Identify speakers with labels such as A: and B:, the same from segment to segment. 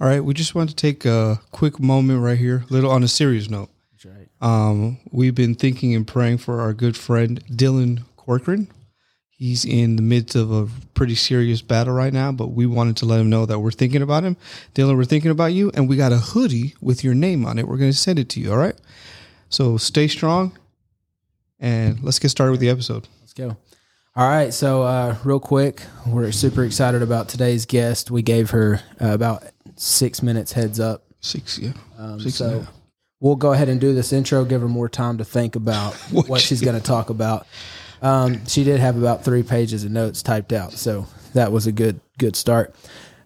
A: All right, we just want to take a quick moment right here, little on a serious note.
B: That's right.
A: Um, we've been thinking and praying for our good friend Dylan Corcoran. He's in the midst of a pretty serious battle right now, but we wanted to let him know that we're thinking about him. Dylan, we're thinking about you, and we got a hoodie with your name on it. We're going to send it to you, all right? So stay strong, and let's get started with the episode.
B: Let's go. All right. So, uh, real quick, we're super excited about today's guest. We gave her uh, about six minutes heads up.
A: Six, yeah.
B: Um,
A: Six and a
B: so, we'll go ahead and do this intro, give her more time to think about
A: What
B: what,
A: she-
B: she's going to talk about. Um, she did have about three pages of notes typed out, so that was a good good start.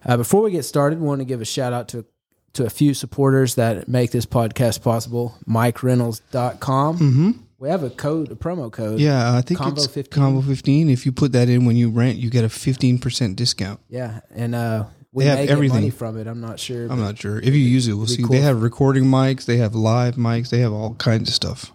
B: Uh, before we get started, we want to give a shout out to to a few supporters that make this podcast possible. MikeReynolds.com. Mm-hmm. We have a code, a promo code.
A: Yeah, I think
B: Combo
A: it's
B: 15.
A: combo fifteen. If you put that in when you rent, you get a fifteen percent discount.
B: Yeah, and uh, we
A: They have
B: may
A: everything. Um,
B: get money from it. I'm not sure.
A: I'm not sure if you use it. We'll see.
B: cool.
A: They have recording mics. They have live mics. They have all kinds of stuff.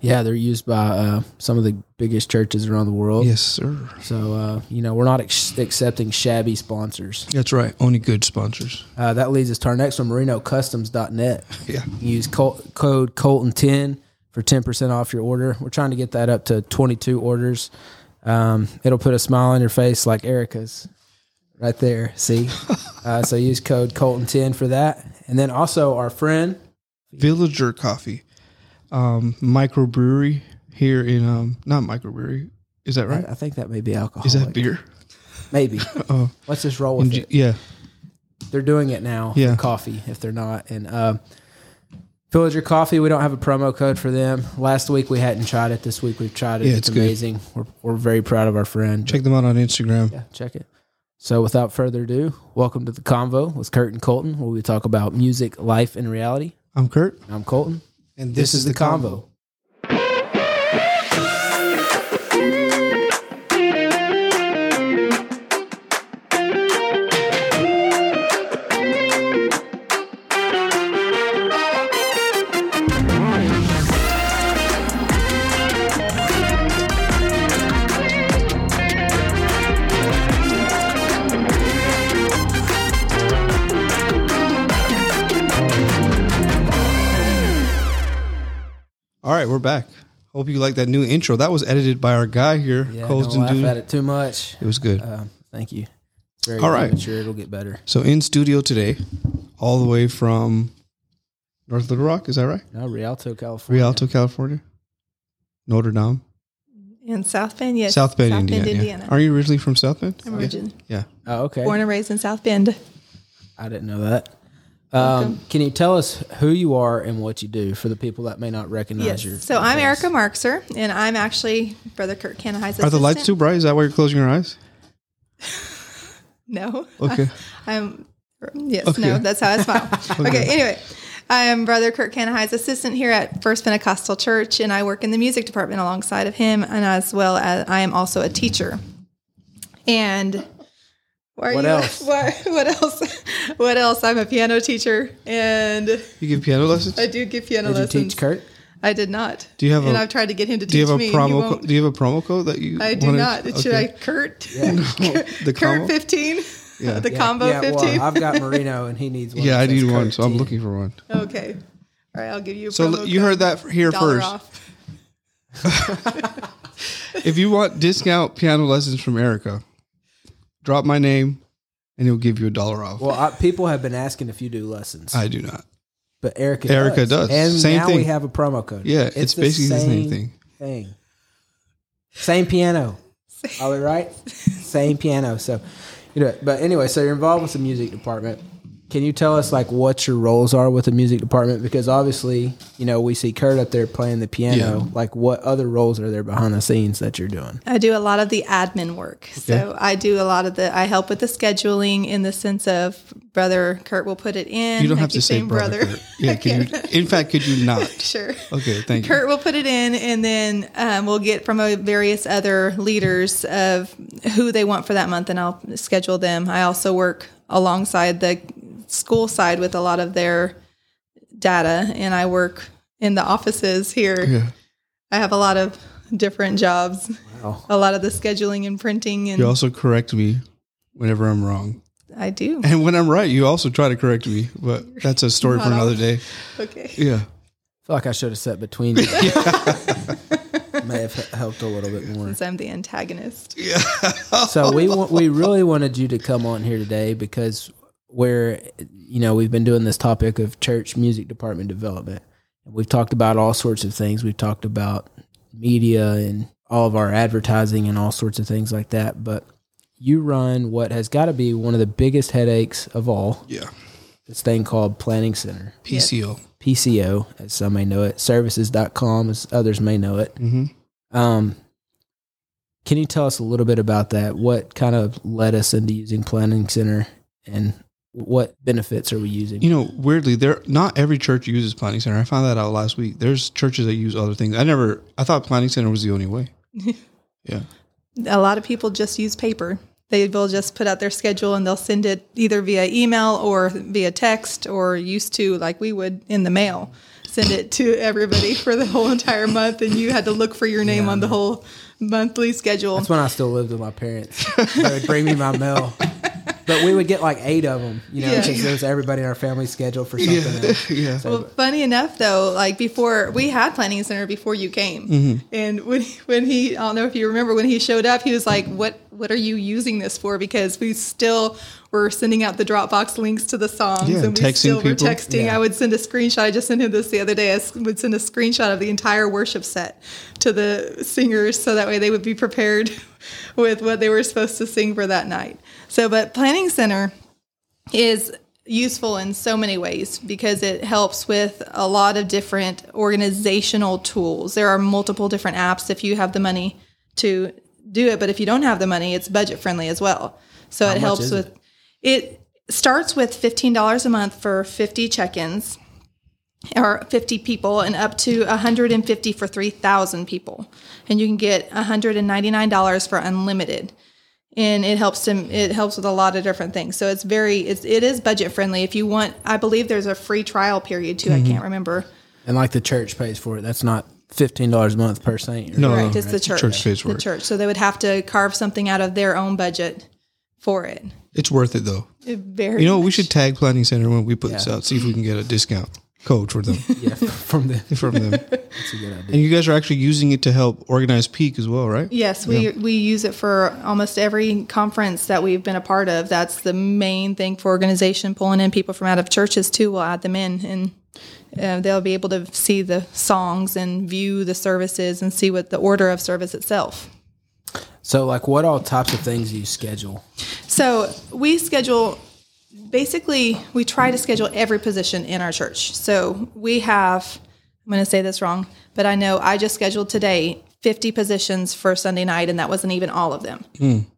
B: yeah, they're used by uh, some of the biggest churches around the world.
A: Yes, sir.
B: So uh, you know, we're not ex- accepting shabby sponsors.
A: That's right. Only good sponsors.
B: Uh, that leads us to our next one, MarinoCustoms.net.
A: Yeah.
B: Use col- code Colton10 for 10% off your order. We're trying to get that up to 22 orders. Um, it'll put a smile on your face like Erica's right there. See? uh, so use code Colton10 for that. And then also our friend,
A: Villager Coffee, um, microbrewery here in um, not microbrewery. Is that right?
B: I think that may be alcohol.
A: Is that beer?
B: Maybe.
A: Oh,
B: Let's just roll with
A: G-
B: it.
A: yeah.
B: They're doing it now.
A: Yeah.
B: for Coffee, if they're not. And uh, Villager Coffee, we don't have a promo code for them. Last week we hadn't tried it. This week we've tried it.
A: Yeah,
B: it's
A: it's good.
B: amazing. We're, we're very proud of our friend.
A: Check them out on Instagram.
B: Yeah, check it. So without further ado, welcome to the convo with Kurt and Colton, where we talk about music, life, and reality.
A: I'm Kurt,
B: I'm Colton.
A: and
B: This, is, the convo.
A: All right, we're back. Hope you like that new intro. That was edited by our guy here,
B: Yeah,
A: Colton
B: don't laugh
A: Dude.
B: at it too much.
A: It was good.
B: Um, thank you. It's very
A: All right.
B: Mature. It'll get better.
A: So in studio today, all the way from North Little Rock, is that right?
B: No, Rialto, California.
A: Rialto, California, Notre Dame,
C: In South Bend, yes.
A: South Bend, Indiana. yeah.
C: Indiana.
A: Are you originally from South Bend?
C: I'm
A: Yeah.
C: originally
A: Yeah.
B: Oh, okay.
C: born and raised in South Bend.
B: I didn't know that. Um, can you tell us who you are and what you do for the people that may not recognize
C: Yes.
B: your?
C: So I'm Erica Markser, and I'm actually Brother Kurt Canahigh's
A: Are the lights too bright? Is that why you're closing your eyes?
C: No.
A: Okay.
C: I'm yes,
A: Oh. Okay.
C: no, that's how I smile. okay. anyway. I am Brother Kurt Canahigh's assistant here at First Pentecostal Church, and I work in the music department alongside of him, and as well as I am also a teacher. And why are
B: What
C: you,
B: else?
C: What, what else? What else? I'm a piano teacher, and
A: You give piano lessons?
C: I do give piano
B: Did you
C: lessons.
B: teach Kurt?
C: I did not.
A: Do you have
C: and
A: a-
C: i I've tried to get him to
A: Do you
C: teach
A: have a
C: me. and he
A: promo?
C: won't.
A: Co- do you have a promo code that you?
C: I do
A: wanna-
C: not. Should I
A: okay.
C: Kurt?
A: The combo?
C: Kurt fifteen.
A: Yeah.
C: the combo fifteen.
B: Well, I've got Marino, and he needs one.
A: Yeah, I
B: that says
A: need one,
B: Kurt
A: so I'm
B: 10.
A: looking for one.
C: okay. All right, I'll give you. A
A: So
C: promo
A: you heard that here
C: code. Dollar
A: first.
C: off.
A: If you want discount piano lessons from Erica, drop my name, and he'll give you a dollar off.
B: Well, I, people have been asking if you do lessons,
A: I do not.
B: but Erica
A: Erica
B: does.
A: does.
B: And
A: Same
B: now we
A: thing.
B: have a promo code.
A: Yeah, it's,
B: the
A: basically the same thing.
B: thing. Same piano. Are we right? same piano. So, you know, but anyway, so you're involved with the music department. Can you tell us like what your roles are with the music department? Because obviously, you know, we see Kurt up there playing the piano.
A: Yeah.
B: Like, what other roles are there behind the scenes that you're doing?
C: I do a lot of the admin work. So I do a lot of the. I help with the scheduling in the sense of brother Kurt will put it in.
A: You don't
C: I
A: have
C: keep
A: to say
C: saying
A: brother. Kurt. Yeah, could you, in fact, could you not?
C: sure.
A: Okay, thank you.
C: Kurt will put it in, and then um, we'll get from uh, various other leaders of who they want for that month, and I'll schedule them. I also work alongside the school side with a lot of their data, and I work in the offices here.
A: Yeah.
C: I have a lot of different jobs,
B: Wow.
C: a lot of the scheduling and printing, and
A: You also correct me whenever I'm wrong.
C: I do.
A: And when I'm right, you also try to correct me, but that's a story for
C: Not
A: another
C: always.
A: day.
C: Okay.
A: Yeah.
B: feel like I should have sat between you. May have he- helped a little bit more.
C: Since I'm the antagonist.
B: So we want, we really wanted you to come on here today because where you know we've been doing this topic of church music department development. We've talked about all sorts of things. We've talked about media and all of our advertising and all sorts of things like that. But you run what has got to be one of the biggest headaches of all.
A: Yeah.
B: This thing called Planning Center.
A: PCO.
B: PCO, as some may know it, services.com, as others may know it.
A: hmm
B: Um, can you tell us a little bit about that? What kind of led us into using Planning Center and what benefits are we using?
A: You know, weirdly, there not every church uses planning center. I found that out last week. There's churches that use other things. I never. I thought planning center was the only way. yeah.
C: A lot of people just use paper. They will just put out their schedule and they'll send it either via email or via text or used to, like we would in the mail, send it to everybody for the whole entire month. And you had to look for your name on the whole monthly schedule.
B: That's when I still lived with my parents. they would bring me my mail. But we would get like eight of them, you know,
C: Yeah.
B: because there was everybody in our family scheduled for something else.
A: Yeah.
C: Well, funny enough, though, like before we had planning center before you came,
A: Mm-hmm.
C: and when when he, I don't know if you remember when he showed up, he was like, "What what are you using this for?" Because we still were sending out the Dropbox links to the songs,
A: Yeah,
C: and we
A: texting
C: still were
A: people.
C: texting.
B: Yeah.
C: I would send a screenshot. I just sent him this the other day. I s- would send a screenshot of the entire worship set to the singers, so that way they would be prepared with what they were supposed to sing for that night. So, but planning center is useful in so many ways because it helps with a lot of different organizational tools. There are multiple different apps if you have the money to do it, but if you don't have the money, it's budget friendly as well. So it
B: much
C: helps
B: is
C: with it starts with $15 a month for 50 check-ins or 50 people and up to 150 for 3000 people and you can get $199 for unlimited and it helps to it helps with a lot of different things so it's very it's, it is budget friendly if you want i believe there's a free trial period too
A: Mm-hmm.
C: i can't remember
B: And like the church pays for it. That's not $15 a month per saint. or-
A: No,
C: right
A: no,
C: it's the church
A: Oh, Church pays for
C: the
A: it.
C: church so they would have to carve something out of their own budget for it,
A: It's worth it though.
C: It very
A: You know, we should tag planning center when we put this
B: Yeah.
A: out. See if we can get a discount code for them
B: Yeah, from the,
A: from them.
B: that's a good idea.
A: And you guys are actually using it to help organize peak as well, right?
C: Yes, we we use it for almost every conference that we've been a part of. That's the main thing for organization pulling in people from out of churches too. We'll add them in, and uh, they'll be able to see the songs and view the services and see what the order of service itself.
B: So, like, what all types of things do you schedule?
C: So we schedule basically we try to schedule every position in our church. So we have I'm going to say this wrong, but I know I just scheduled today 50 positions for Sunday night and that wasn't even all of them.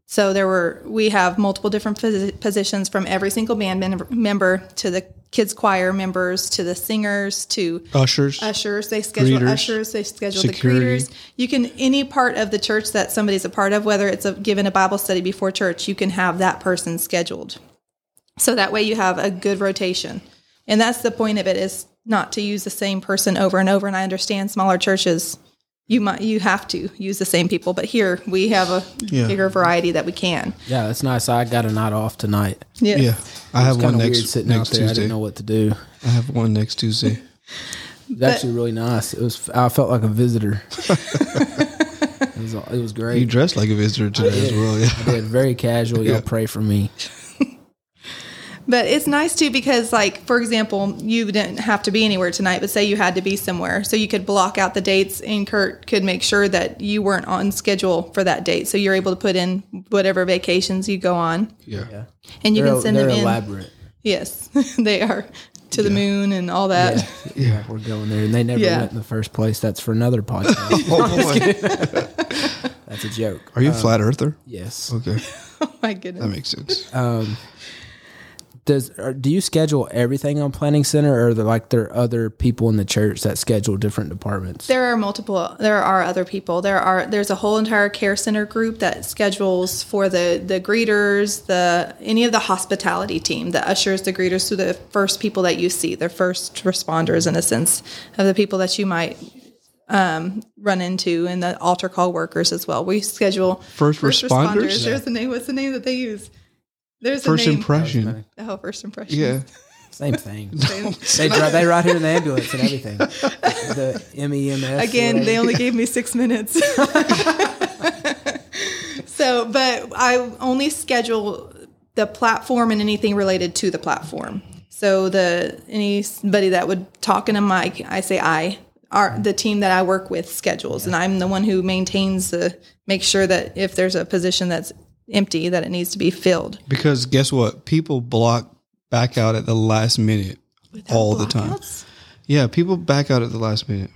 C: So there were we have multiple different posi- positions from every single band mem- member to the kids choir members to the singers to
A: Ushers.
B: Uh,
C: ushers. They schedule
A: Greeters.
C: ushers. They schedule
A: Security.
C: the greeters. You can any part of the church that somebody's a part of, whether it's a, given a Bible study before church, you can have that person scheduled. So that way you have a good rotation, and that's the point of it is not to use the same person over and over. And I understand smaller churches. You might you have to use the same people, but here we have a
A: Yeah.
C: bigger variety that we can.
B: Yeah, that's nice. I got a night off tonight.
C: Yes.
A: Yeah. I have
B: It's kind
A: one
B: of weird
A: next,
B: sitting out
A: next
B: there. I
A: Tuesday.
B: didn't know what to do.
A: I have one next Tuesday.
B: It's actually really nice. It was. I felt like a visitor. it was. It was
A: You
B: great.
A: dressed like a visitor today as well. Yeah.
B: I did very casual. Y'all pray for me.
C: But it's nice too because, like, for example, you didn't have to be anywhere tonight, but say you had to be somewhere. So you could block out the dates, and Kurt could make sure that you weren't on schedule for that date. So you're able to put in whatever vacations you go on
A: Yeah.
C: and you
B: they're
C: can send
B: they're
C: them in.
B: elaborate.
C: Yes, they are to the moon and all that.
B: Yeah. yeah, we're going there, and they never
C: Yeah.
B: went in the first place. That's for another podcast.
A: Oh boy.
B: that's a joke.
A: Are you a flat earther?
B: Yes.
A: Okay.
C: Oh my
A: That
C: goodness.
A: makes sense.
B: Um, does or do you schedule everything on Planning Center, or are there like there are other people in the church that schedule different departments?
C: There are multiple. There are other people. There are. There's a whole entire care center group that schedules for the the greeters, the any of the hospitality team, the ushers, the greeters, who the first people that you see, the first responders, in a sense, of the people that you might um, run into, and the altar call workers as well. We schedule
A: First responders?
C: There's the name. What's the name that they use? There's
A: First
C: a name.
A: impression.
C: Oh, first impression.
A: Yeah.
B: Same thing.
C: Same.
B: They drive. They ride here in the ambulance and everything. The MEMS.
C: Again, they
B: whatever.
C: only gave me six minutes. so, but I only schedule the platform and anything related to the platform. So the anybody that would talk in a mic, I say I. Our, the team that I work with schedules, and I'm the one who maintains the make sure that if there's a position that's empty, that it needs to be filled.
A: Because guess what? People block back out at the last minute all the time.
C: Blockouts?
A: Yeah, people back out at the last minute.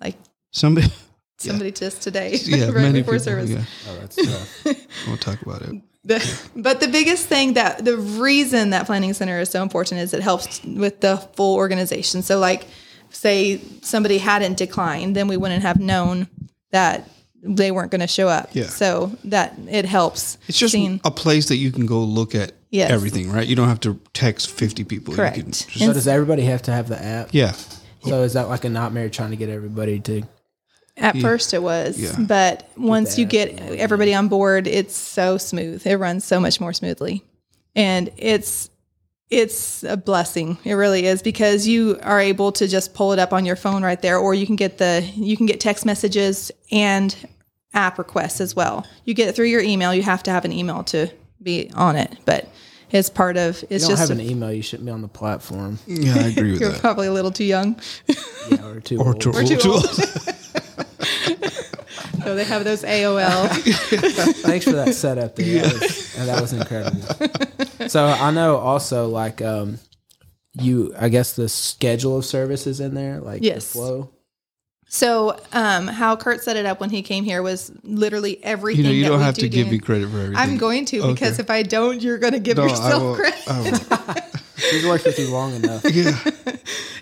C: Like
A: Somebody,
C: somebody just today,
A: yeah,
C: right
A: many
C: before
A: people.
C: service.
A: Yeah,
B: Oh, that's tough.
A: we'll talk about it.
C: The, but the biggest thing that the reason that planning center is so important is it helps with the full organization. So like say somebody hadn't declined, then we wouldn't have known that they weren't going to show up.
A: Yeah.
C: So that it helps.
A: It's just
C: seeing-
A: a place that you can go look at
C: Yes.
A: everything, right? You don't have to text fifty people. You
C: Correct.
A: can just-
B: So does everybody have to have the app?
A: yeah,
B: So is that like a nightmare trying to get everybody to?
C: at first it was,
A: Yeah.
C: but once you get everybody on board, it's so smooth. It runs so much more smoothly. And it's it's a blessing. It really is because you are able to just pull it up on your phone right there, or you can get the you can get text messages and app requests as well. You get it through your email. You have to have an email to be on it, but it's part of
B: You
C: it's
B: don't
C: just.
B: have an email. You shouldn't be on the platform.
A: yeah, I agree with
C: you're
A: that.
C: probably a little too young.
B: Yeah, or too
A: Or
B: old.
A: too,
C: too
A: too
C: old.
A: old.
C: So they have those AOL.
B: Thanks for that setup. There. That, was, and that was incredible. so I know also like um, you. I guess the schedule of services in there, like
C: Yes.
B: the flow.
C: so um, how Kurt set it up when he came here was literally everything.
A: You know, you
C: that
A: don't
C: we
A: have
C: do
A: to give
C: do.
A: me credit for everything.
C: I'm going to
A: Okay.
C: because if I don't, you're going to give
A: No, I
C: yourself
A: will.
C: credit.
A: I will.
B: He's worked with you long enough.
A: Yeah,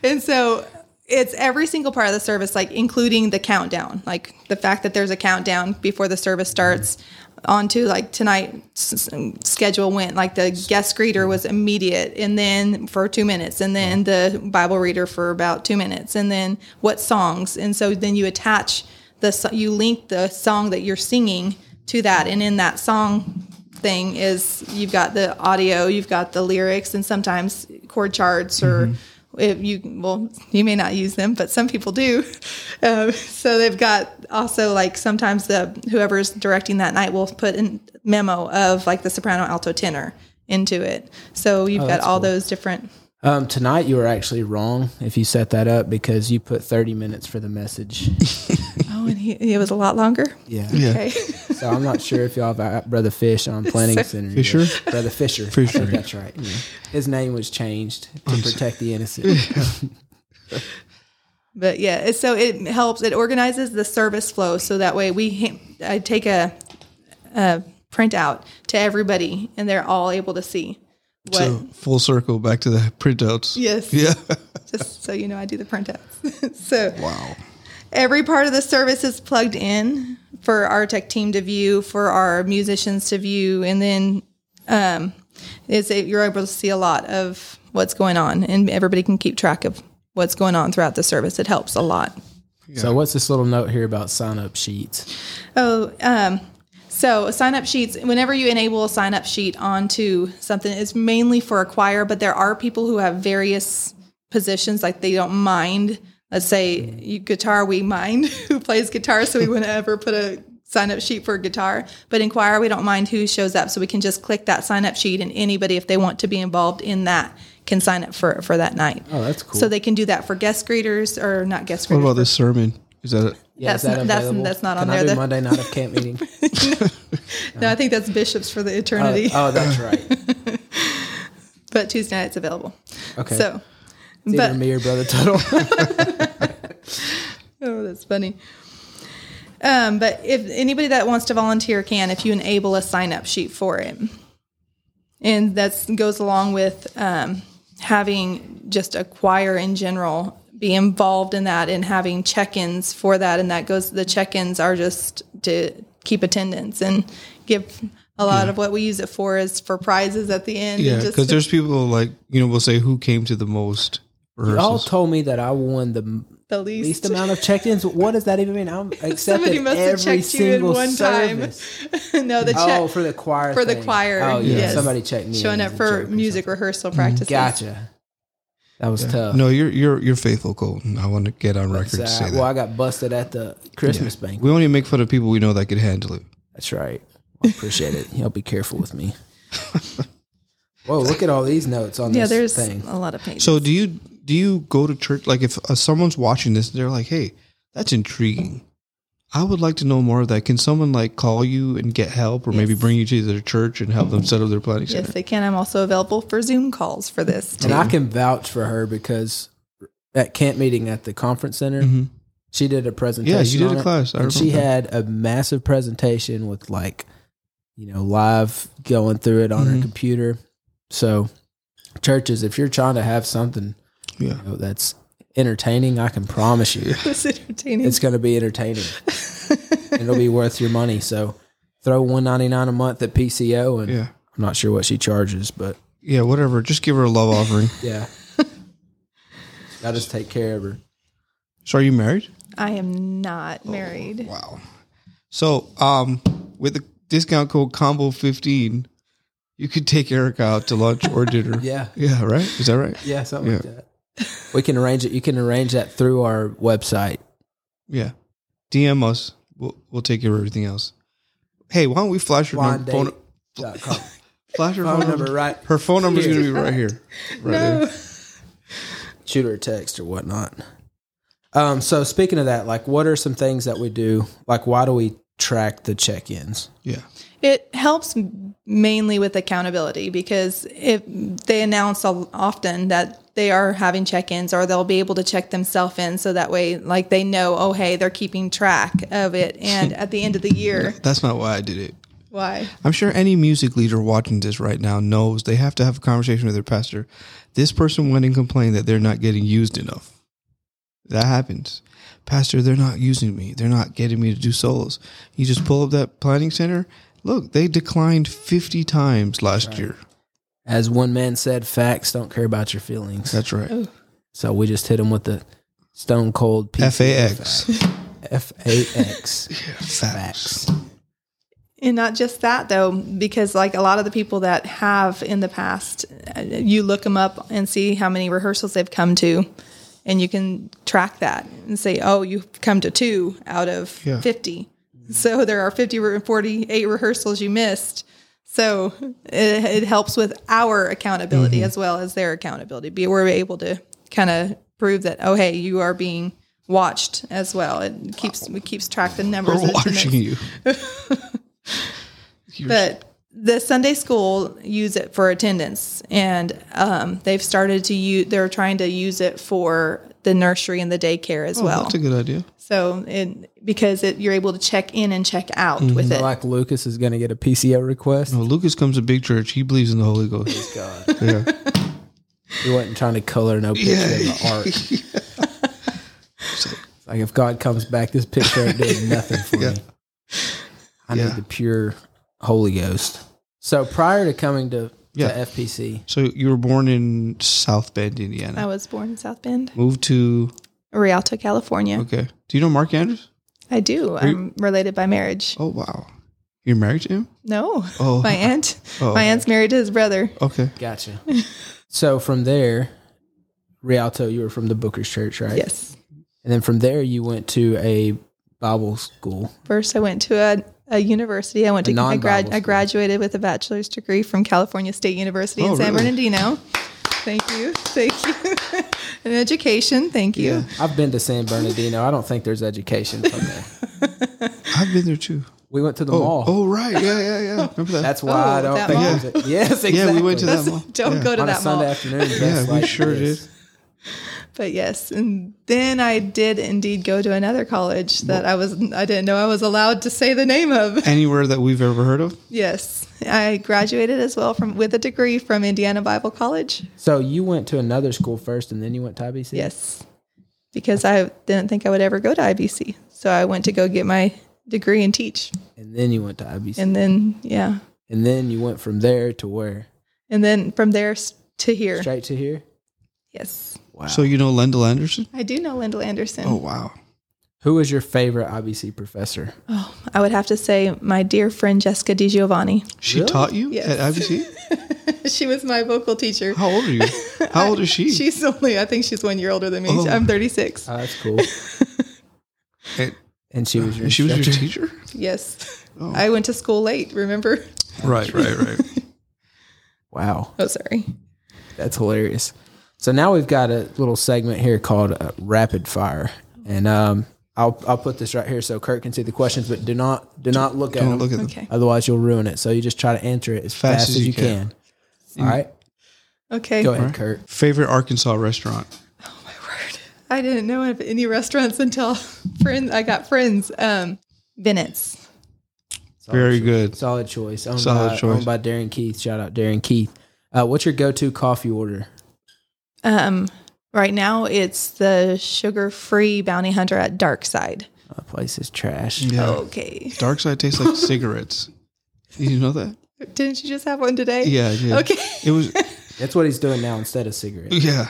C: And so it's every single part of the service, like including the countdown, like the fact that there's a countdown before the service starts. Onto like tonight's schedule went like the guest greeter was immediate, and then for two minutes, and then the Bible reader for about two minutes, and then what songs, and so then you attach the so- you link the song that you're singing to that, and in that song thing is you've got the audio, you've got the lyrics, and sometimes chord charts or if you well you may not use them, but some people do. Um, so they've got also like sometimes the whoever's directing that night will put in memo of like the soprano, alto, tenor into it. So you've got all those different.
B: Um, tonight you were actually wrong if you set that up because you put 30 minutes for the message.
C: Oh, and he, it was a lot longer.
B: Yeah.
A: yeah.
C: Okay,
B: So I'm not sure if y'all have uh, Brother Fish on Planning Center.
A: Fisher?
B: but Brother Fisher. I
A: Fisher.
B: think that's right. Yeah. His name was changed to protect the innocent.
C: but yeah, it's- so it helps. It organizes the service flow so that way we ha- I take a, a printout to everybody and they're all able to see. What,
A: So full circle back to the printouts.
C: Yes.
A: Yeah.
C: just so you know, I do the printouts. so
A: Wow.
C: every part of the service is plugged in for our tech team to view, for our musicians to view, and then um, is it, you're able to see a lot of what's going on, and everybody can keep track of what's going on throughout the service. It helps a lot.
B: So what's this little note here about sign up sheets?
C: Oh, um, so sign up sheets, whenever you enable a sign up sheet onto something, it's mainly for a choir, but there are people who have various positions, like they don't mind. Let's say you, guitar, we mind who plays guitar, so we wouldn't ever put a sign up sheet for guitar. But in choir, we don't mind who shows up, so we can just click that sign up sheet, and anybody, if they want to be involved in that, can sign up for for that night.
B: Oh, that's cool.
C: So they can do that for guest greeters or not guest greeters.
A: What about this sermon? Is that a,
B: Yeah, is
C: That's
B: that
C: not- that's-
B: available?
C: that's not on
B: Can I
C: there,
B: do
C: though.
B: Monday night of camp meeting.
C: No, I think that's bishops for the
B: Oh,
C: eternity.
B: oh, that's right.
C: but Tuesday night's available.
B: Okay.
C: So,
B: It's
C: but
B: either me or Brother Tuttle.
C: oh, that's funny. Um, but if anybody that wants to volunteer can, if you enable a sign up sheet for it, and that goes along with um, having just a choir in general be involved in that and having check ins for that, and that goes the check ins are just to keep attendance and give. A lot of what we use it for is for prizes at the end.
A: yeah?
C: and just
A: Because there's people like you know we'll say who came to the most
B: Y'all
A: rehearsals.
B: told me that I won the m-
C: The least,
B: least amount of check-ins. What does that even mean? I'm accepted
C: somebody must have
B: every
C: checked you in
B: single
C: one
B: service.
C: time. no, the check
B: Oh, for the choir.
C: for the
B: thing.
C: choir.
B: Oh yeah,
C: yes.
B: somebody checked me.
C: showing
B: in
C: up
B: as a
C: for
B: joke or
C: music rehearsal practices.
B: something. Mm, Gotcha. That was tough.
A: no, you're you're you're faithful, Colton. I want to get on record
B: So,
A: to say that.
B: well, I got busted at the Christmas bank.
A: we only make fun of people we know that can handle it.
B: That's right. I appreciate it. Y'all be careful with me. Whoa, look at all these notes on
C: Yeah,
B: this
C: there's
B: thing.
C: a lot of pages.
A: So do you do you go to church? Like if uh, someone's watching this, they're like, "Hey, that's intriguing. I would like to know more of that. Can someone like call you and get help, or maybe bring you to their church and
B: Mm-hmm.
A: help them set up their planning
C: yes,
A: center?
C: they can. I'm also available for Zoom calls for this.
B: And
C: Too.
B: I can vouch for her because at camp meeting at the conference center, she did a presentation.
A: Mm-hmm. Yeah, you did
B: on
A: a
B: it,
A: class. I
B: and she
A: remember.
B: had a massive presentation with like, you know, live going through it on her
A: Mhm.
B: computer. So, churches, if you're trying to have something
A: Yeah,
B: you know, that's entertaining, I can promise you
C: It's entertaining.
B: it's going to be entertaining. It'll be worth your money. So, throw one ninety nine a month at PCO, and
A: yeah,
B: I'm not sure what she charges, but
A: yeah. Whatever. Just give her a love offering.
B: yeah, I just take care of her.
A: so, are you married?
C: I am not
B: Oh.
C: married.
A: Wow. So, um, with the discount code combo fifteen, you could take Erica out to lunch or dinner.
B: Yeah.
A: Yeah. Right. Is that right?
B: Yeah, something like that. We can arrange it. You can arrange that through our website.
A: Yeah. DM us. We'll, we'll take care of everything else. Hey, why don't we flash her
B: Blind
A: number? Phone,
B: date dot com.
A: flash her
B: Phone
A: phone
B: number,
A: number.
B: right?
A: Her phone number's going to be right here. Right there.
B: Shoot her a text or whatnot. Um, so speaking of that, like what are some things that we do? Like why do we track the check ins?
A: Yeah.
C: It helps mainly with accountability because if they announce al- often that they are having check-ins or they'll be able to check themselves in so that way like they know oh hey they're keeping track of it and at the end of the year
A: That's not why I did it.
C: why
A: I'm sure any music leader watching this right now knows they have to have a conversation with their pastor. This person went and complained that they're not getting used enough. That happens. Pastor, they're not using me. They're not getting me to do solos. You just pull up that planning center. Look, they declined 50 times last year.
B: As one man said, facts don't care about your feelings.
A: That's right.
B: So we just hit him with the stone cold
A: FAX.
B: F A X.
A: Facts.
C: And not just that though, because like a lot of the people that have in the past, uh, you look them up and see how many rehearsals they've come to, and you can track that and say, oh, you've come to two out of
A: Yeah.
C: 50. So there are 50 or 48 rehearsals you missed. So it, it helps with our
A: Mm-hmm.
C: accountability as well as their accountability. Be We're able to kind of prove that, oh, hey, you are being watched as well. It keeps it keeps track the numbers.
A: We're
C: It's an-
A: watching you.
C: but the Sunday school use it for attendance, and um, they've started to use. They're trying to use it for the nursery and the daycare as well.
A: Oh, That's a good idea.
C: so, it, because it, you're able to check in and check out
A: Mm-hmm.
C: with it.
B: Like Lucas is gonna get a PCO request.
A: Well, Lucas comes to big church. He believes in the Holy Ghost.
B: God.
A: Yeah.
B: He wasn't trying to color no picture of the art. It's like if God comes back, this picture ain't doing nothing for me. I
A: Yeah.
B: need the pure Holy Ghost. So prior to coming to,
A: Yeah.
B: to FPC,
A: So you were born in South Bend, Indiana.
C: I was born in South Bend,
A: Moved to
C: Rialto, California.
A: okay. Do you know Mark Andrews?
C: I do. I'm related by marriage.
A: Oh wow. You're married to him?
C: No,
A: Oh.
C: my aunt.
A: Oh.
C: My aunt's married to his brother.
A: Okay.
B: gotcha. so from there, Rialto, you were from the Booker's Church, right?
C: Yes.
B: And then from there, you went to a Bible school.
C: First, I went to a, a university. I went
B: A
C: to I,
B: non-Bible
C: grad, I
B: school.
C: graduated with a bachelor's degree from California State University
A: Oh,
C: in San
A: really?
C: Bernardino. Thank you, thank you. An education, thank you.
B: I've been to San Bernardino. I don't think there's education from there.
A: I've been there too.
B: We went to the
A: Oh,
B: mall.
A: oh right. Yeah, yeah, yeah. Remember that?
B: That's why I
C: Oh,
B: don't
C: that
B: think.
C: mall?
B: there's a- Yes, exactly.
A: yeah, we went to that mall.
C: Don't
A: Yeah.
C: go to
B: on a
C: that mall.
B: Sunday afternoon.
A: Yeah,
B: just
A: we
B: like
A: sure
B: this.
A: did.
C: But yes, and then I did indeed go to another college that I was I didn't know I was allowed to say the name of.
A: Anywhere that we've ever heard of?
C: Yes, I graduated as well from with a degree from Indiana Bible College.
B: So you went to another school first, and then you went to IBC.
C: Yes, because I didn't think I would ever go to IBC, so I went to go get my degree and teach.
B: and then you went to IBC, and,
C: and then yeah
B: then you went from there to where?
C: and then from there s- to here
B: Straight to here.
C: Yes.
B: Wow.
A: So you know Lendl Anderson?
C: I do know Lyndall Anderson.
A: Oh wow.
B: Who is your favorite IBC professor?
C: I would have to say my dear friend Jessica DiGiovanni.
A: She
B: Really?
A: taught you
C: Yes.
A: at IBC?
C: she was my vocal teacher.
A: How old are you? How old is she?
C: She's only, I think she's one year older than me.
A: Oh.
C: I'm 36.
B: Oh, that's cool.
A: And-
B: and she was your
A: and she was your
B: instructor?
A: teacher?
C: Yes. I went to school late, remember?
A: Right, right, right.
B: Wow,
C: Oh, sorry.
B: that's hilarious. So now we've got a little segment here called uh, rapid fire, and um, I'll I'll put this right here so Kurt can see the questions, but do not do not look at
A: Don't
B: them.
A: look at them.
C: Oh, Okay.
B: Otherwise, you'll ruin it. So you just try to answer it as fast, as, you can. All right,
C: Okay.
B: go ahead, Kurt.
A: Favorite Arkansas restaurant?
C: Word. I didn't know of any restaurants until friends. I got friends. Um, Bennett's.
A: Very good.
B: Solid choice. Owned
A: Solid
B: by,
A: choice.
B: Owned by Darren Keith. Shout out Darren Keith. Uh, what's your go-to coffee order?
C: Um, right now it's the sugar-free bounty hunter at Dark Side.
B: My place is trash.
A: Yeah.
C: Okay.
A: Dark side tastes like cigarettes. Did you know that?
C: Didn't you just have one today?
A: Yeah, yeah.
C: Okay.
A: It was
B: That's what he's doing now instead of cigarettes.
A: yeah.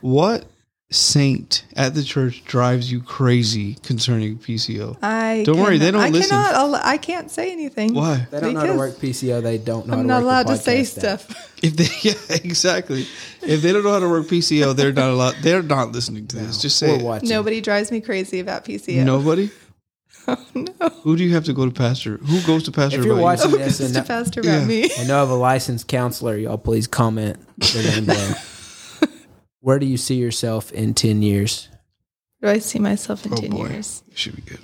A: what saint at the church drives you crazy concerning PCO?
C: I
A: Don't worry, they
C: cannot-
A: don't
C: I
A: listen.
C: Cannot, al- I can't say anything.
A: Why?
B: They don't know how to
C: Because
B: work PCO. They don't know
C: I'm
B: how
C: not
B: to work
C: allowed
B: the
C: to say
B: podcast app.
C: stuff.
A: If they yeah, exactly. If they don't know how to work PCO, they're not allowed they're not listening to this. Just say
B: Or
A: it.
B: watch it.
C: Nobody drives me crazy about PCO.
A: nobody?
C: Oh, no.
A: Who do you have to go to pastor? Who goes to pastor?
B: If you're
A: about you?
B: watching this
C: It's
B: and
C: too
B: not-
C: fast about
A: Yeah.
C: me.
B: and know of a licensed counselor, y'all please comment their name below. Where do you see yourself in ten years?
C: Do I see myself in
A: Oh,
C: 10
A: boy.
C: years?
A: should be good.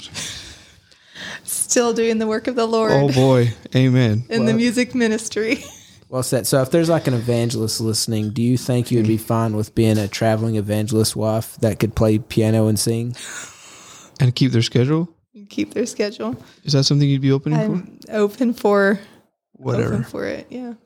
C: Still doing the work of the Lord
A: Oh boy, amen.
C: in the music ministry.
B: Well said. So if there's like an evangelist listening, do you think you would be fine with being a traveling evangelist wife that could play piano and sing?
A: And keep their schedule.
C: Keep their schedule.
A: Is that something you'd be opening for?
C: I'm open for open
A: Whatever.
C: for it. Yeah.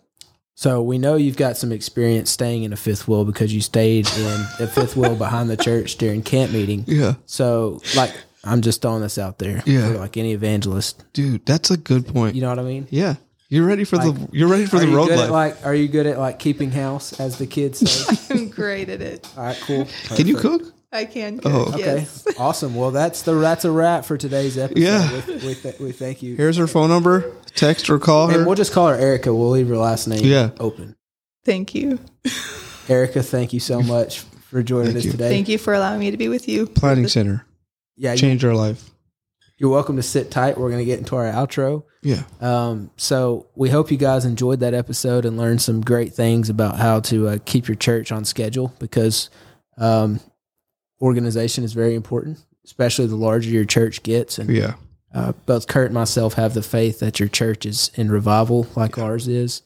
B: So we know you've got some experience staying in a fifth wheel because you stayed in the fifth wheel behind the church during camp meeting.
A: Yeah,
B: So like I'm just throwing this out there.
A: Yeah.
B: For like any evangelist.
A: dude, that's a good point.
B: You know what I mean?
A: yeah, you're ready for the you're ready for
B: Are
A: the
B: you
A: road
B: good
A: life.
B: at like are you good at like keeping house as the kids say?
C: I'm great at it.
B: All right, cool.
A: Can you cook?
C: I can.
A: Oh,
C: cook,
A: okay.
B: Okay.
C: Yes.
B: Awesome. Well, that's the that's a wrap for today's episode.
A: Yeah.
B: We, we, th- we thank you.
A: Here's her phone number. Text or call her.
B: And we'll just call her Erica. We'll leave her last name
A: Yeah.
B: open.
C: Thank you.
B: Erica, thank you so much for joining
A: Thank
B: us
A: you.
B: today.
C: Thank you for allowing me to be with you.
A: Planning center
B: Yeah, you-
A: changed our life.
B: you're welcome to sit tight. We're going to get into our outro.
A: Yeah,
B: Um, so we hope you guys enjoyed that episode and learned some great things about how to uh, keep your church on schedule because um, organization is very important, especially the larger your church gets. And
A: yeah,
B: uh, both Kurt and myself have the faith that your church is in revival, like ours is.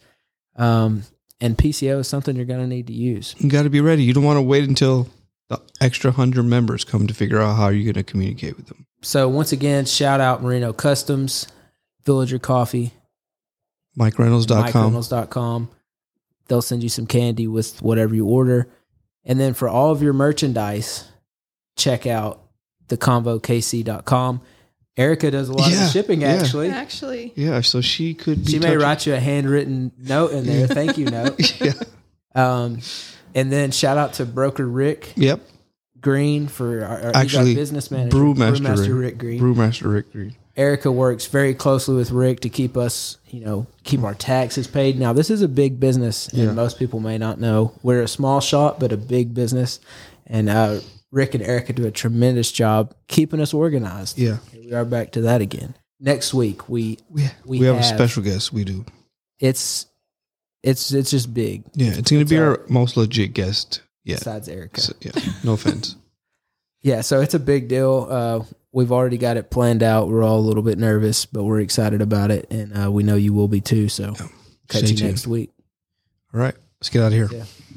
B: Um, and PCO is something you're going to need to use.
A: you got to be ready. You don't want to wait until the extra hundred members come to figure out how you're going to communicate with them.
B: So once again, shout out Merino Customs, Villager Coffee,
A: MikeReynolds.com.
B: MikeReynolds.com. They'll send you some candy with whatever you order. And then for all of your merchandise, check out theconvokc.com. Erica does a lot
A: Yeah,
B: of shipping
A: yeah.
B: actually.
C: Actually,
A: Yeah, so she could. Be
B: She may
A: touching-
B: write you a handwritten note in there. Thank you note.
A: Yeah.
B: Um, and then shout out to broker Rick
A: Yep.
B: Green for our, our
A: Actually,
B: you got business manager,
A: Brewmaster Rick.
B: Brewmaster Rick Green.
A: Brewmaster Rick Green.
B: Erica works very closely with Rick to keep us, you know, keep our taxes paid. Now, this is a big business, and
A: Yeah.
B: most people may not know. We're a small shop, but a big business. And uh, Rick and Erica do a tremendous job keeping us organized.
A: Yeah.
B: Here we are back to that again. Next week, we
A: We,
B: We
A: we, have,
B: have-
A: a special guest. We do.
B: it's it's it's just big.
A: Yeah, it's going to be our most legit guest yet.
B: Besides Erica,
A: So, yeah, no offense.
B: yeah, so it's a big deal. Uh, we've already got it planned out. We're all a little bit nervous, but we're excited about it, and uh, we know you will be too. So, catch
A: Stay
B: you
A: tuned.
B: next week.
A: All right, let's get out of here.
B: Yeah.